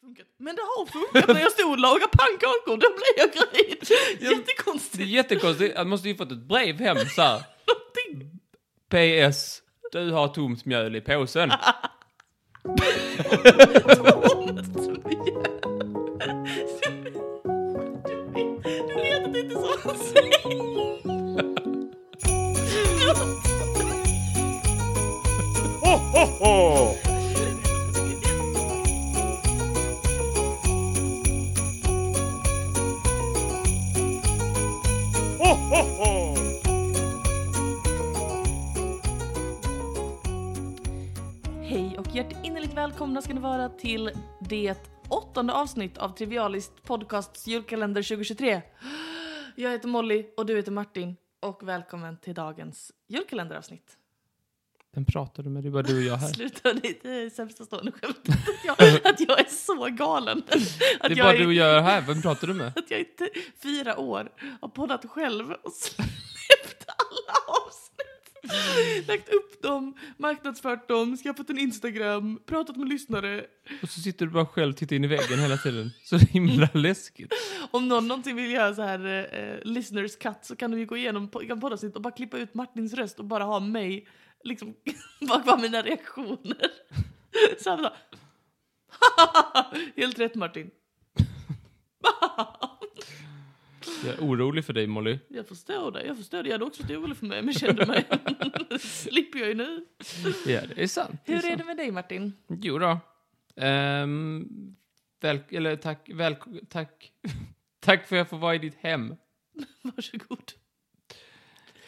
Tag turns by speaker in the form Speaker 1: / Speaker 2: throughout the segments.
Speaker 1: funkat. Men det har funkat när jag stod och lagade pannkakor, då blev jag gravid.
Speaker 2: Det är
Speaker 1: Jättekonstigt.
Speaker 2: jättekonstigt. Han måste ju fått ett brev hem så här.
Speaker 1: Någonting.
Speaker 2: PS. Du har tomt mjöl i påsen.
Speaker 1: Du vet att det inte är så han säger. Hej och hjärtinnerligt välkomna ska ni vara till det åttonde avsnitt av Trivialist Podcasts julkalender 2023. Jag heter Molly och du heter Martin och välkommen till dagens julkalenderavsnitt.
Speaker 2: Vem pratar du med? Det är bara du och jag här.
Speaker 1: Sluta, det är sämsta stående skämtet att jag, att jag är så galen. Att
Speaker 2: Det är
Speaker 1: jag
Speaker 2: bara
Speaker 1: är,
Speaker 2: du och jag här. Vem pratar du med?
Speaker 1: Att jag inte fyra år har poddat själv och släppt alla avsnitt. Lagt upp dem, marknadsfört dem, skaffat en Instagram, pratat med lyssnare.
Speaker 2: Och så sitter du bara själv och tittar in i väggen hela tiden. Så himla läskigt.
Speaker 1: Om någon någonsin vill göra så här eh, eh, listeners cut så kan du ju gå igenom po- kan poddavsnitt och bara klippa ut Martins röst och bara ha mig, liksom bara ha mina reaktioner. Så här bara, Helt rätt Martin.
Speaker 2: Jag är orolig för dig Molly.
Speaker 1: Jag förstår det, jag förstår det. Jag hade också varit orolig för mig men kände mig. Slipper jag ju nu.
Speaker 2: Ja, det är sant.
Speaker 1: Hur är
Speaker 2: sant.
Speaker 1: det med dig Martin?
Speaker 2: Jo då. Ehm, väl, eller tack, väl, tack. tack för att jag får vara i ditt hem.
Speaker 1: Varsågod.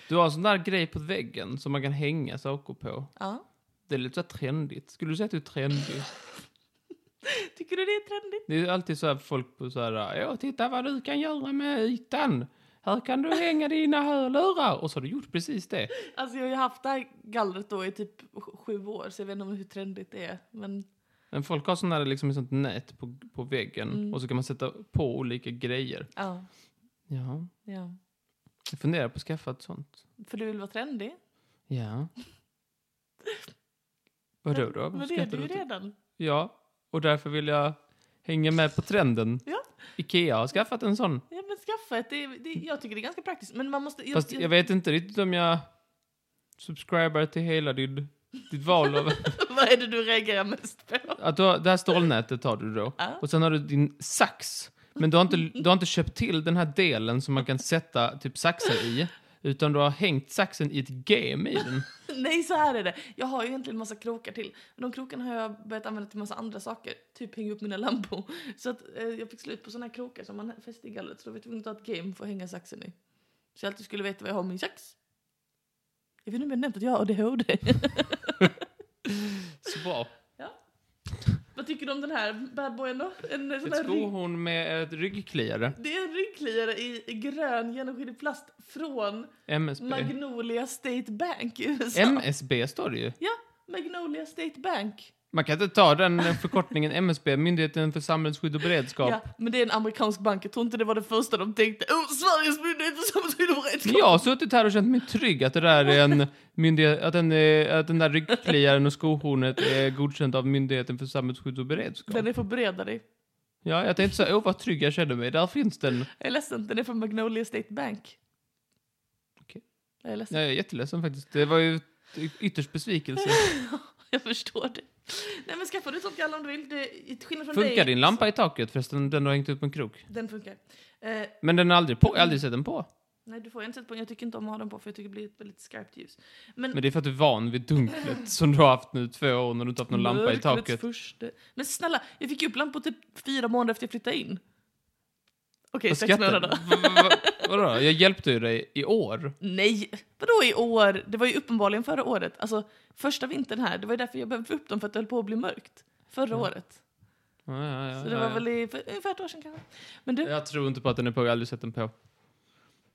Speaker 2: Du har en sån där grej på väggen som man kan hänga saker på.
Speaker 1: Ja.
Speaker 2: Det är lite så här trendigt. Skulle du säga att du är trendig?
Speaker 1: Tycker du det är trendigt?
Speaker 2: Det är alltid så här folk på så här, ja titta vad du kan göra med ytan. Här kan du hänga dina hörlurar. Och så har du gjort precis det.
Speaker 1: Alltså jag har ju haft det här gallret då i typ sj- sju år så jag vet inte om hur trendigt det är. Men
Speaker 2: Men folk har sån här, liksom ett sånt nät på, på väggen
Speaker 1: Mm.
Speaker 2: och så kan man sätta på olika grejer.
Speaker 1: ja,
Speaker 2: Ja,
Speaker 1: ja.
Speaker 2: jag funderar på att skaffa ett sånt.
Speaker 1: För du vill vara trendig?
Speaker 2: Ja. Vadå då?
Speaker 1: Men
Speaker 2: Varför
Speaker 1: det är
Speaker 2: skrattar
Speaker 1: du ju
Speaker 2: åt det?
Speaker 1: redan.
Speaker 2: Ja, och därför vill jag hänga med på trenden.
Speaker 1: Ja.
Speaker 2: Ikea har skaffat en sån.
Speaker 1: Ja men skaffa ett, det, är- det, jag tycker det är ganska praktiskt. Men man måste...
Speaker 2: Fast jag vet inte riktigt om jag subscriber till hela din, ditt val av...
Speaker 1: vad är det du reagerar mest på?
Speaker 2: Att du har, det här stålnätet tar du då.
Speaker 1: Ja.
Speaker 2: Och sen har du din sax. Men du har, inte, du har inte köpt till den här delen som man kan sätta typ saxen i. Utan du har hängt saxen i ett gem i den.
Speaker 1: Nej så här är det. Jag har ju egentligen massa krokar till. Men de krokarna har jag börjat använda till massa andra saker. Typ hänga upp mina lampor. Så att eh, jag fick slut på såna här krokar som man fäster i gallret. Så då vet jag inte att ha ett game för att hänga saxen i. Så jag alltid skulle veta vad jag har min sax. Jag vet inte om jag nämnt att jag har ADHD.
Speaker 2: Så bra.
Speaker 1: vad tycker du om den här badboyen då? En, eh, sån
Speaker 2: Ett
Speaker 1: här ring-
Speaker 2: skohorn med ett ryggkliare.
Speaker 1: det är en ryggkliare i i grön genomskinlig plast från
Speaker 2: MSB.
Speaker 1: Magnolia State Bank i USA.
Speaker 2: MSB står det ju.
Speaker 1: ja, Magnolia State Bank.
Speaker 2: Man kan inte ta den förkortningen MSB, Myndigheten för samhällsskydd och beredskap.
Speaker 1: Ja, men det är en amerikansk bank. Jag tror inte det var det första de tänkte. Oh, Sveriges myndighet för samhällsskydd och beredskap.
Speaker 2: Jag har suttit här och känt mig trygg att det där är en myndighet, att den, är- att den där ryggkliaren och skohornet är godkänt av Myndigheten för samhällsskydd och beredskap.
Speaker 1: Den är för bereda dig.
Speaker 2: Ja, jag tänkte så här, åh vad trygg jag känner mig, där finns den.
Speaker 1: Jag är ledsen, den är från Magnolia State Bank.
Speaker 2: Okej.
Speaker 1: Jag är ledsen.
Speaker 2: Jag är jätteledsen faktiskt, det var ju y- ytterst besvikelse.
Speaker 1: Jag förstår det. Nej men skaffa dig ett sånt galla om du vill. Det är till skillnad från dig.
Speaker 2: Funkar din lampa i taket förresten, den du har hängt upp på en krok?
Speaker 1: Den funkar. Eh,
Speaker 2: Men den har aldrig på, jag har aldrig sett den på.
Speaker 1: nej du får inte sätta på den. Jag tycker inte om att ha den på för jag tycker det blir ett väldigt skarpt ljus. Men,
Speaker 2: Men det är för att du är van vid dunklet som du har haft nu två år när du inte haft någon lampa i
Speaker 1: Mörkrets
Speaker 2: taket.
Speaker 1: Första. Men snälla, jag fick ju upp lampor typ fyra månader efter jag flyttade in. Okej,
Speaker 2: Vad
Speaker 1: sex
Speaker 2: skrattar
Speaker 1: månader.
Speaker 2: du? Va- va- va- Vadå? Jag hjälpte ju dig i år.
Speaker 1: Nej, vadå i år? Det var ju uppenbarligen förra året. Alltså första vintern här, det var ju därför jag behövde få upp dem för att det höll på att bli mörkt. Förra året.
Speaker 2: Ja, ja, ja,
Speaker 1: Så det
Speaker 2: ja,
Speaker 1: var
Speaker 2: ja.
Speaker 1: väl i, för, ungefär ett år sedan kanske. Men du,
Speaker 2: Jag tror inte på att den är på, jag har aldrig sett den på.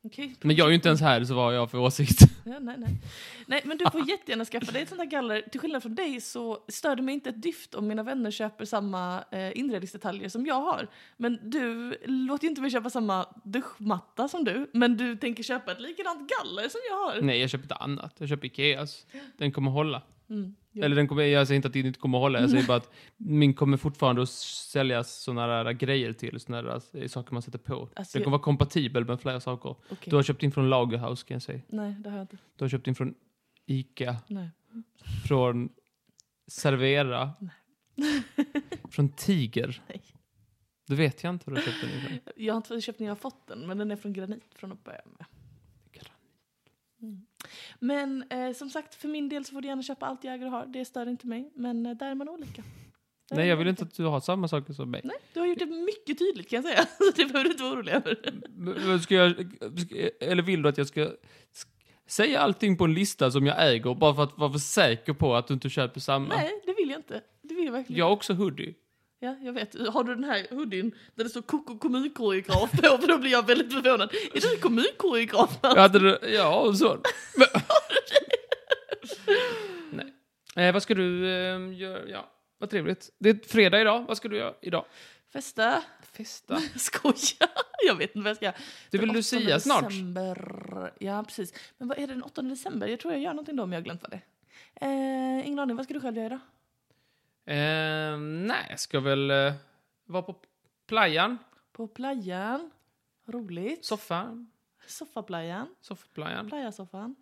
Speaker 1: okej.
Speaker 2: Men jag är ju inte ens här, så vad har jag för åsikt?
Speaker 1: Ja, nej, nej. nej, men du får jättegärna skaffa dig ett sånt här galler. Till skillnad från dig så stör det mig inte ett dyft om mina vänner köper samma eh, inredningsdetaljer som jag har. Men du låter ju inte mig köpa samma duschmatta som du, men du tänker köpa ett likadant galler som jag har.
Speaker 2: Nej, jag köper ett annat. Jag köper Ikeas. Den kommer hålla.
Speaker 1: Mm. Jo.
Speaker 2: Eller den kommer, jag säger inte att det inte kommer att hålla, jag säger bara att min kommer fortfarande att säljas sådana där äh, grejer till, sådana där eh, saker man sätter på.
Speaker 1: Alltså,
Speaker 2: Den
Speaker 1: jag-
Speaker 2: kommer vara kompatibel med flera saker.
Speaker 1: Okej.
Speaker 2: Du har köpt in från Lagerhaus kan jag säga.
Speaker 1: Nej, det har jag inte.
Speaker 2: Du har köpt in från Ica,
Speaker 1: Nej.
Speaker 2: från Servera, från Tiger.
Speaker 1: Nej.
Speaker 2: Då vet jag inte vad du har köpt den ifrån.
Speaker 1: Jag har inte köpt den, jag har fått den. Men den är från granit från att börja med.
Speaker 2: Granit.
Speaker 1: Mm. Men eh, som sagt, för min del så får du gärna köpa allt jag äger och har. Det stör inte mig. Men eh, där är man olika. Där
Speaker 2: Nej,
Speaker 1: är
Speaker 2: jag
Speaker 1: man
Speaker 2: vill inte
Speaker 1: olika.
Speaker 2: att du har samma saker som mig.
Speaker 1: Nej, du har gjort det mycket tydligt kan jag säga. Så det behöver du inte vara orolig över.
Speaker 2: Men- men Ska jag, ska- eller vill du att jag ska sk- säga allting på en lista som jag äger bara för att vara för säker på att du inte köper samma?
Speaker 1: Nej, det vill jag inte. Det vill jag verkligen
Speaker 2: Jag har också hoodie.
Speaker 1: Ja, jag vet. Har du den här hoodien där det står koko kommunkoreograf på? För då blir jag väldigt förvånad. Är du kommunkoreograf?
Speaker 2: Jag hade det, ja, och så. Men- Nej. Eh, vad ska du eh, göra? Ja, vad trevligt. Det är fredag idag. Vad ska du göra idag?
Speaker 1: Festa?
Speaker 2: Festa.
Speaker 1: Skoja! Jag vet inte vad jag ska göra.
Speaker 2: Det är väl
Speaker 1: Den 8
Speaker 2: Lucia snart?
Speaker 1: December. Ja, precis. Men vad är det den 8 december? Jag tror jag gör någonting då, men jag har glömt vad det är. Eh, ingen aning. Vad ska du själv göra idag?
Speaker 2: Eh, nej, jag ska väl eh, vara på playan.
Speaker 1: På playan? Roligt.
Speaker 2: Soffan.
Speaker 1: Soffaplayan?
Speaker 2: Soffplayan.
Speaker 1: Playasoffan?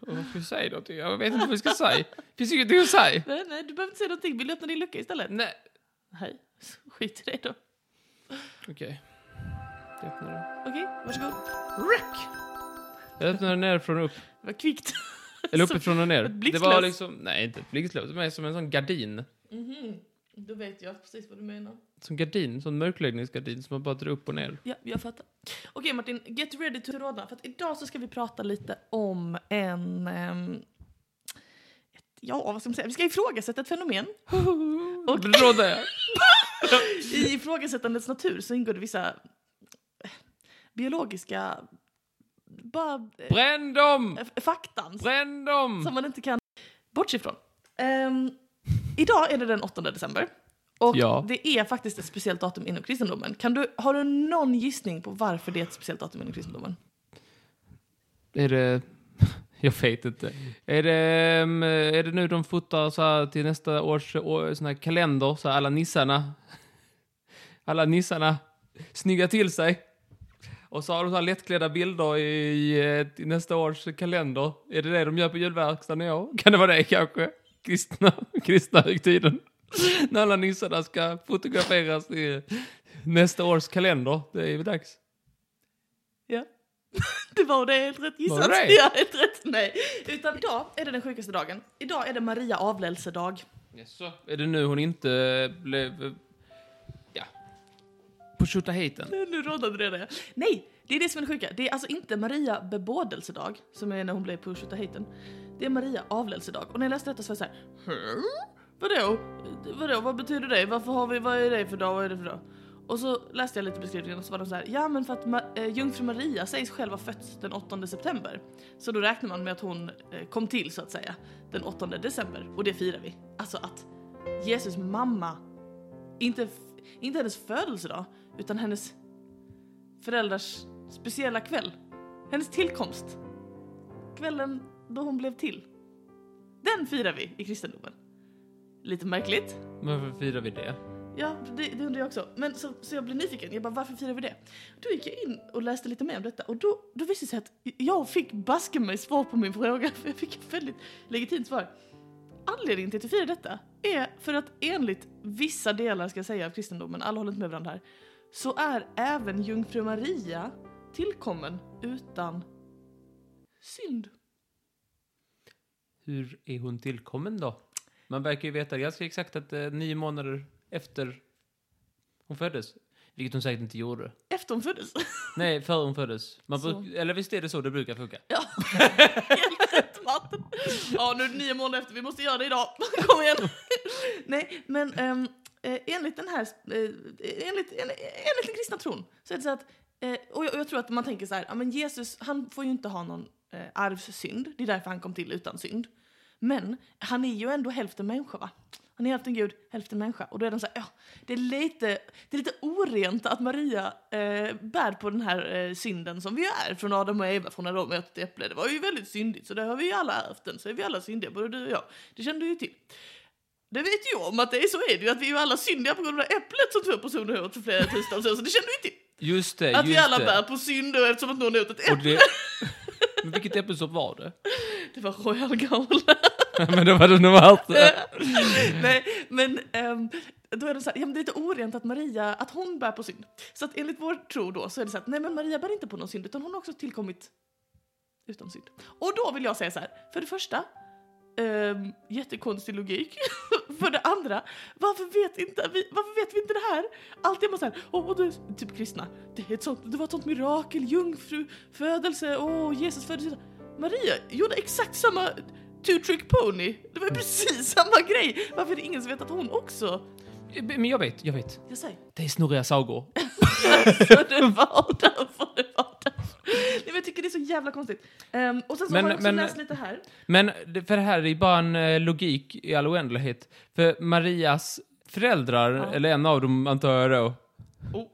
Speaker 2: Vad ska jag säga någonting? Jag vet inte vad jag ska säga. Finns ingenting att säga.
Speaker 1: Nej, nej, du behöver inte säga någonting. Vill du öppna din lucka istället?
Speaker 2: Nej.
Speaker 1: Nej, skit i det då.
Speaker 2: Okej. Jag öppnar den.
Speaker 1: Okej, varsågod.
Speaker 2: Jag öppnar den nerifrån och upp.
Speaker 1: Vad kvickt.
Speaker 2: Eller uppifrån och ner.
Speaker 1: ett
Speaker 2: Det
Speaker 1: blixtlås.
Speaker 2: var liksom, nej inte ett blixtlås, det var som en sån gardin.
Speaker 1: Mhm, Då vet jag precis vad du menar.
Speaker 2: Som gardin, sån mörkläggningsgardin som man bara drar upp och ner.
Speaker 1: Ja, jag fattar. Okej Martin, get ready to rodna. För att idag så ska vi prata lite om en... ehm, ett, ja, vad ska man säga? Vi ska ifrågasätta ett fenomen.
Speaker 2: Och råda jag.
Speaker 1: I ifrågasättandets natur så ingår det vissa eh, biologiska... Bara... eh,
Speaker 2: Bränn dem!
Speaker 1: f- faktan
Speaker 2: Bränn dem!
Speaker 1: som man inte kan bortse ifrån. Ehm, idag är det den 8 december. Och
Speaker 2: Ja.
Speaker 1: det är faktiskt ett speciellt datum inom kristendomen. Kan du, har du någon gissning på varför det är ett speciellt datum inom kristendomen?
Speaker 2: Är det... Jag vet inte. Är det, ehm, är det nu de fotar så här till nästa års å- sån här kalender, så här alla nissarna? Alla nissarna snygga till sig. Och så har de så här lättklädda bilder i, eh, i nästa års kalender. Är det det de gör på julverkstaden i år? Kan det vara det kanske? Kristna, kristna högtiden. När alla nissarna ska fotograferas i nästa års kalender. Det är väl dags.
Speaker 1: Ja. Det var det helt rätt gissat.
Speaker 2: Var det?
Speaker 1: Ja, helt rätt. Nej. Utan idag är det den sjukaste dagen. Idag är det Maria avlelsedag.
Speaker 2: Jaså, är det nu hon inte blev... Ja. På tjota hiten?
Speaker 1: Nu råddade det det. Nej, det är det som är det sjuka. Det är alltså inte Maria bebådelsedag, som är när hon blev på Tjotahejten. Det är Maria avlelsedag. Och när jag läste detta så var jag såhär, "Hä? vadå? Vadå, vad betyder det? Varför har vi, vad är det för dag, vad är det för dag? Och så läste jag lite beskrivningen och så var de så här, ja men för att Ma- eh, jungfru Maria sägs själv ha fötts den 8 september. Så då räknar man med att hon eh, kom till så att säga den 8 december och det firar vi. Alltså att Jesus mamma, inte, f- inte hennes födelsedag, utan hennes föräldrars speciella kväll. Hennes tillkomst. Kvällen då hon blev till. Den firar vi i kristendomen. Lite märkligt.
Speaker 2: Varför firar vi det?
Speaker 1: Ja, det, det undrar jag också. Men så, så jag blev nyfiken. Jag bara, varför firar vi det? Då gick jag in och läste lite mer om detta och då, då visade det sig att jag fick baske mig svar på min fråga. För jag fick ett väldigt legitimt svar. Anledningen till att vi firar detta är för att enligt vissa delar, ska jag säga, av kristendomen, alla håller inte med varandra här, så är även jungfru Maria tillkommen utan synd.
Speaker 2: Hur är hon tillkommen då? Man verkar ju veta ganska exakt att eh, nio månader efter hon föddes. Vilket hon säkert inte gjorde.
Speaker 1: Efter hon föddes.
Speaker 2: Nej, före hon föddes. Man
Speaker 1: Så.
Speaker 2: bruk, eller visst är det så det brukar funka?
Speaker 1: Ja, helt rätt Martin. Ja, nu är det nio månader efter, vi måste göra det idag. Kom igen. Nej, men ehm, eh, enligt den här, eh, enligt, en, enligt den kristna tron så är det så att, eh, och jag, och jag tror att man tänker så här, ja men Jesus han får ju inte ha någon eh, arvssynd, det är därför han kom till utan synd. Men han är ju ändå hälften människa va? Hon är hälften gud, hälften människa. Och då är den så här, ja, det är lite, det är lite orent att Maria eh, bär på den här eh, synden som vi är från Adam och Eva, från när de åt ett äpple. Det var ju väldigt syndigt, så det har vi ju alla ärvt den, så är vi alla syndiga, både du och jag. Det kände du ju till. Det vet jag om att det är så är det ju, att vi är ju alla syndiga på grund av det här äpplet som två personer åt för flera tusen år sedan, så det kände du ju till.
Speaker 2: Just det,
Speaker 1: Att
Speaker 2: just
Speaker 1: vi alla
Speaker 2: det.
Speaker 1: bär på synd och eftersom att någon åt ett
Speaker 2: Och
Speaker 1: äpple.
Speaker 2: det... Men vilket äppelsopp var det?
Speaker 1: Det var Royal Gold.
Speaker 2: men det var det nog värt det.
Speaker 1: Nej, men ehm, då är det så här, ja, men det är lite orent att Maria, att hon bär på synd. Så att enligt vår tro då så är det så här, att, nej men Maria bär inte på någon synd utan hon har också tillkommit utan synd. Och då vill jag säga så här, för det första, ehm, jättekonstig logik. för det andra, varför vet, inte vi, varför vet vi inte det här? Alltid är man så här, åh, det är typ kristna, det, är ett sånt, det var ett sånt mirakel, jungfrufödelse, åh, Jesus föddes. Maria gjorde exakt samma two trick pony. Det var ju precis samma grej. Varför är det ingen som vet att hon också...
Speaker 2: Men jag vet, jag vet.
Speaker 1: Jag säger,
Speaker 2: Det är snurriga sagor.
Speaker 1: så det var därför, det var därför. Nej, men jag tycker det är så jävla konstigt. Ehm, och sen så
Speaker 2: Men-
Speaker 1: har jag också
Speaker 2: men-
Speaker 1: läst lite här.
Speaker 2: Men det, för det här är bara en eh, logik i all oändlighet. För Marias föräldrar,
Speaker 1: Ja.
Speaker 2: eller en av dem antar jag då,
Speaker 1: Oh.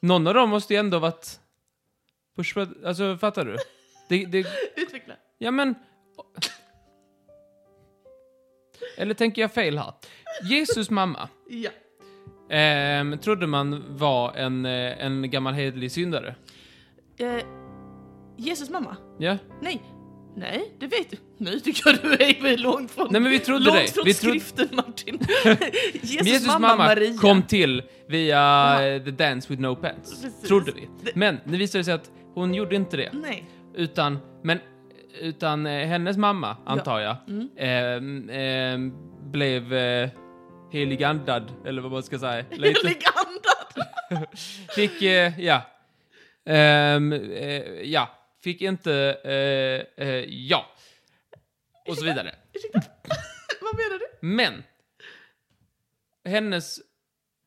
Speaker 2: någon av dem måste ju ändå varit... Push, alltså fattar du? Det, det,
Speaker 1: Utveckla.
Speaker 2: ja men... Eller tänker jag fel här? Jesus mamma
Speaker 1: Ja.
Speaker 2: ehm, trodde man var en, eh, en gammal hederlig syndare.
Speaker 1: Eh, Jesus mamma?
Speaker 2: Ja?
Speaker 1: Nej. Nej, det vet du. Nu tycker jag du är långt från...
Speaker 2: Nej men vi trodde
Speaker 1: Långt
Speaker 2: det.
Speaker 1: från
Speaker 2: Vi trodde,
Speaker 1: skriften Martin. Jesus,
Speaker 2: Jesus,
Speaker 1: mamma, Maria.
Speaker 2: kom till via
Speaker 1: Ja.
Speaker 2: eh, The Dance with No Pants,
Speaker 1: Precis.
Speaker 2: trodde vi.
Speaker 1: Det-
Speaker 2: Men det visade sig att hon gjorde inte det,
Speaker 1: Nej.
Speaker 2: utan, men, utan eh, hennes mamma, antar jag,
Speaker 1: Mm.
Speaker 2: ehm, ehm, blev eh, heligandad, eller vad man ska säga. Lite,
Speaker 1: Helig andad.
Speaker 2: fick, eh, ja. Ehm, eh, ja, fick inte, eh, eh, ja. Och så vidare.
Speaker 1: Ursäkta. Vad menar du?
Speaker 2: Men hennes...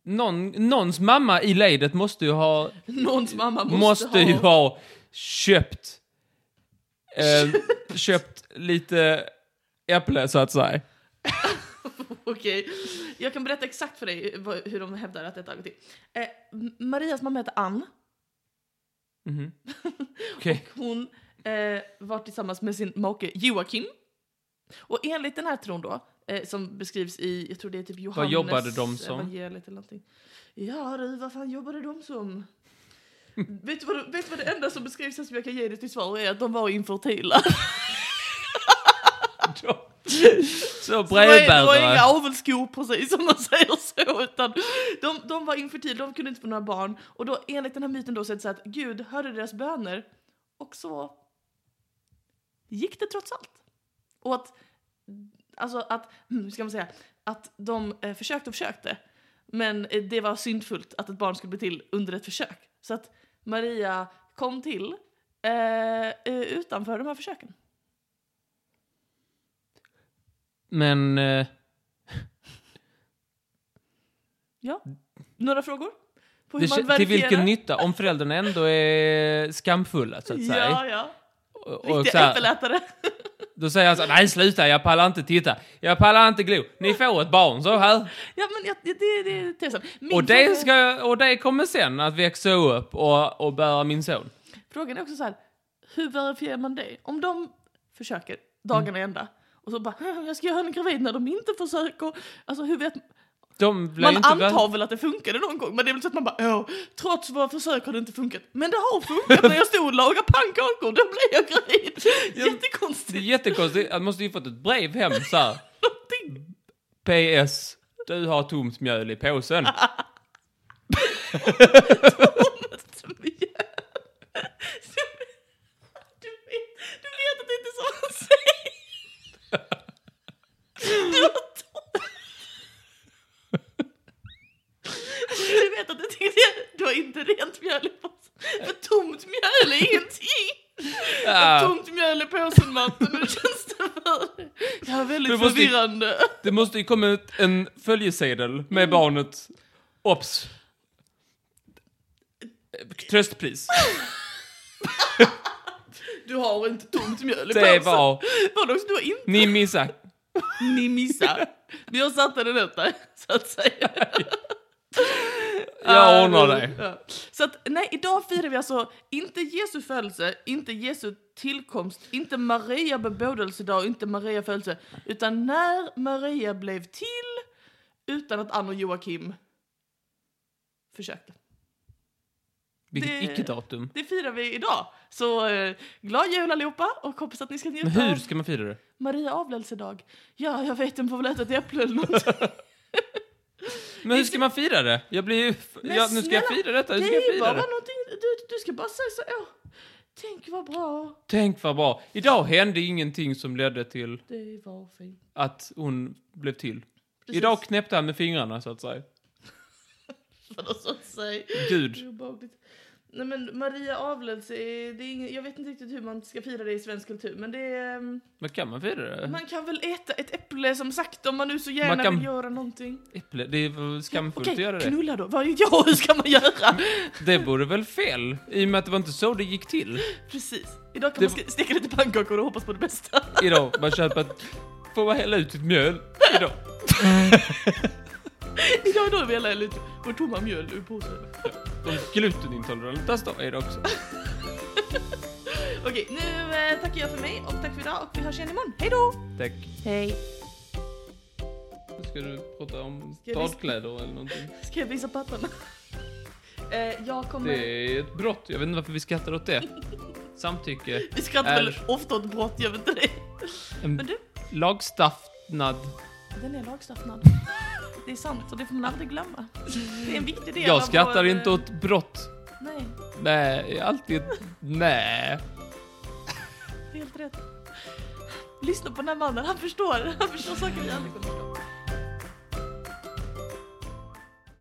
Speaker 2: Någon, någons mamma i ledet måste ju ha...
Speaker 1: Någons mamma måste,
Speaker 2: Måste, ju
Speaker 1: ha...
Speaker 2: ha köpt... Eh, köpt lite äpple, så att säga.
Speaker 1: Okej, jag kan berätta exakt för dig vad- hur de hävdar att detta har gått till. Eh, M- Marias mamma heter Ann.
Speaker 2: Mhm. Okej.
Speaker 1: Hon eh, var tillsammans med sin make Joakim. Och enligt den här tron då, eh, som beskrivs i, jag tror det är typ Johannes
Speaker 2: jobbade de som?
Speaker 1: evangeliet eller någonting. Ja du, vad fan jobbade de som? vet, du vad, vet du vad det enda som beskrivs här som jag kan ge dig till svar är att de var infertila.
Speaker 2: Så
Speaker 1: Det var inga
Speaker 2: brevbärare.
Speaker 1: avelskor precis om man säger så. Utan de, de var infertila, de kunde inte få några barn. Och då enligt den här myten då så är det så att Gud hörde deras böner. Och så gick det trots allt. Och att, alltså att, mm, hur ska man säga, att de eh, försökte och försökte. Men eh, det var syndfullt att ett barn skulle bli till under ett försök. Så att Maria kom till eh, eh, utanför de här försöken.
Speaker 2: Men... Eh,
Speaker 1: Ja. Några frågor? På hur
Speaker 2: det,
Speaker 1: man
Speaker 2: kä- till vilken
Speaker 1: verifierar?
Speaker 2: nytta? Om föräldrarna ändå är skamfulla, så att säga.
Speaker 1: Ja, ja.
Speaker 2: Och- och så
Speaker 1: Riktiga
Speaker 2: här-
Speaker 1: äppelätare.
Speaker 2: Då säger han så här, nej sluta, jag pallar inte titta. Jag pallar inte glo. Ni får ett barn, så här.
Speaker 1: Ja, men jag, det, det, det är tesen. Min
Speaker 2: Och det,
Speaker 1: fråga,
Speaker 2: ska, och det kommer sen att växa upp och, och bära min son.
Speaker 1: Frågan är också så här, hur verifierar man det? Om de försöker dagarna i ända och så bara, "Hm, jag ska göra henne gravid när de inte försöker. Alltså hur vet
Speaker 2: De blir
Speaker 1: man?
Speaker 2: inte
Speaker 1: antar
Speaker 2: väl-
Speaker 1: väl att det funkade någon gång, men det är väl så att man bara, åh, trots våra försök har det inte funkat. Men det har funkat när jag stod och lagade pannkakor, då blev jag gravid.
Speaker 2: Ja, Det är
Speaker 1: Jättekonstigt.
Speaker 2: jättekonstigt, han måste ju fått ett brev hem så här.
Speaker 1: Någonting.
Speaker 2: PS, du har tomt mjöl i påsen.
Speaker 1: Thomas Mjöl. Du vet, du vet att det inte är så man säger. Du har tomt. Alltså, Du vet att det tyckte jag, du har inte rent mjöl i påsen. För tomt mjöl är ingenting.
Speaker 2: Ah.
Speaker 1: Tomt mjöl i påsen Martin, hur känns det för dig? Det här är
Speaker 2: Du
Speaker 1: väldigt
Speaker 2: måste-
Speaker 1: förvirrande.
Speaker 2: Det måste ju komma ut en följesedel
Speaker 1: Mm.
Speaker 2: med barnet. Ops. Tröstpris.
Speaker 1: Du har inte tomt mjöl i påsen.
Speaker 2: Det var
Speaker 1: Vadå, du har inte?
Speaker 2: Nimmi Isak.
Speaker 1: Ni missar. Men jag satte den ut där, så att säga.
Speaker 2: Jag
Speaker 1: Ah,
Speaker 2: ordnar
Speaker 1: roligt.
Speaker 2: dig.
Speaker 1: Ja. Så att, nej, idag firar vi alltså inte Jesu födelse, inte Jesu tillkomst, inte Maria bebådelsedag, inte Maria födelse, utan när Maria blev till utan att Ann och Joakim försökte.
Speaker 2: Vilket
Speaker 1: Det-
Speaker 2: icke-datum.
Speaker 1: Det firar vi idag. Så eh, glad jul allihopa och hoppas att ni ska
Speaker 2: Men
Speaker 1: njuta
Speaker 2: hur
Speaker 1: av
Speaker 2: ska man fira det?
Speaker 1: Maria avlödelsedag. Ja, jag vet, den får väl äta ett äpple eller någonting.
Speaker 2: Men hur ska man fira det? Jag blir ju... f-
Speaker 1: Men
Speaker 2: Ja, nu ska jag
Speaker 1: snälla,
Speaker 2: fira detta,
Speaker 1: Det
Speaker 2: hur ska jag
Speaker 1: är bara
Speaker 2: fira det?
Speaker 1: någonting, du, du ska bara säga så, åh, tänk vad bra
Speaker 2: Tänk vad bra. Idag hände ingenting som ledde till
Speaker 1: det var fint.
Speaker 2: att hon blev till.
Speaker 1: Precis.
Speaker 2: Idag knäppte han med fingrarna, så att säga.
Speaker 1: Vadå så att säga? Det är
Speaker 2: Gud.
Speaker 1: obehagligt. Nej men Maria avleds, är, det är ingen, jag vet inte riktigt hur man ska fira det i svensk kultur men det är, ehm,
Speaker 2: Men kan man fira det?
Speaker 1: man kan väl äta ett äpple som sagt om man nu så gärna
Speaker 2: Man kan-
Speaker 1: vill göra någonting.
Speaker 2: Äpple? Det är väl skamfullt
Speaker 1: Okej,
Speaker 2: att göra det.
Speaker 1: knulla då, vad vet jag, hur ska man göra?
Speaker 2: Det vore väl fel? I och med att det var inte så det gick till.
Speaker 1: Precis, idag kan
Speaker 2: Det-
Speaker 1: man ske- steka lite pannkakor och hoppas på det bästa.
Speaker 2: Idag, man köper... ett- Får man hälla ut ett mjöl? Idag.
Speaker 1: idag är då vi hela lite vår tomma mjöl ur påsen.
Speaker 2: De glutenintoleranta står är det också.
Speaker 1: Okej, nu eh, tackar jag för mig och tack för idag och vi hörs igen imorgon. Hej då!
Speaker 2: Tack.
Speaker 1: Hej!
Speaker 2: Nu ska du prata om
Speaker 1: jag vis-
Speaker 2: stadkläder eller någonting.
Speaker 1: Ska jag visa pattarna? eh, jag kommer...
Speaker 2: Det är ett brott. Jag vet inte varför vi skrattar åt det. Samtycke.
Speaker 1: Vi skrattar
Speaker 2: är-
Speaker 1: väl ofta åt brott, jag vet inte det. Men
Speaker 2: En
Speaker 1: du,
Speaker 2: lagstiftnad.
Speaker 1: den är lagstiftad. Det är sant och det får man aldrig glömma. Det är en viktig del
Speaker 2: Jag
Speaker 1: av vår,
Speaker 2: skrattar
Speaker 1: eh,
Speaker 2: inte åt brott.
Speaker 1: Nej,
Speaker 2: Nej, alltid nej.
Speaker 1: det är helt rätt. Lyssna på den här mannen, han förstår. Han förstår saker vi aldrig kommer förstå.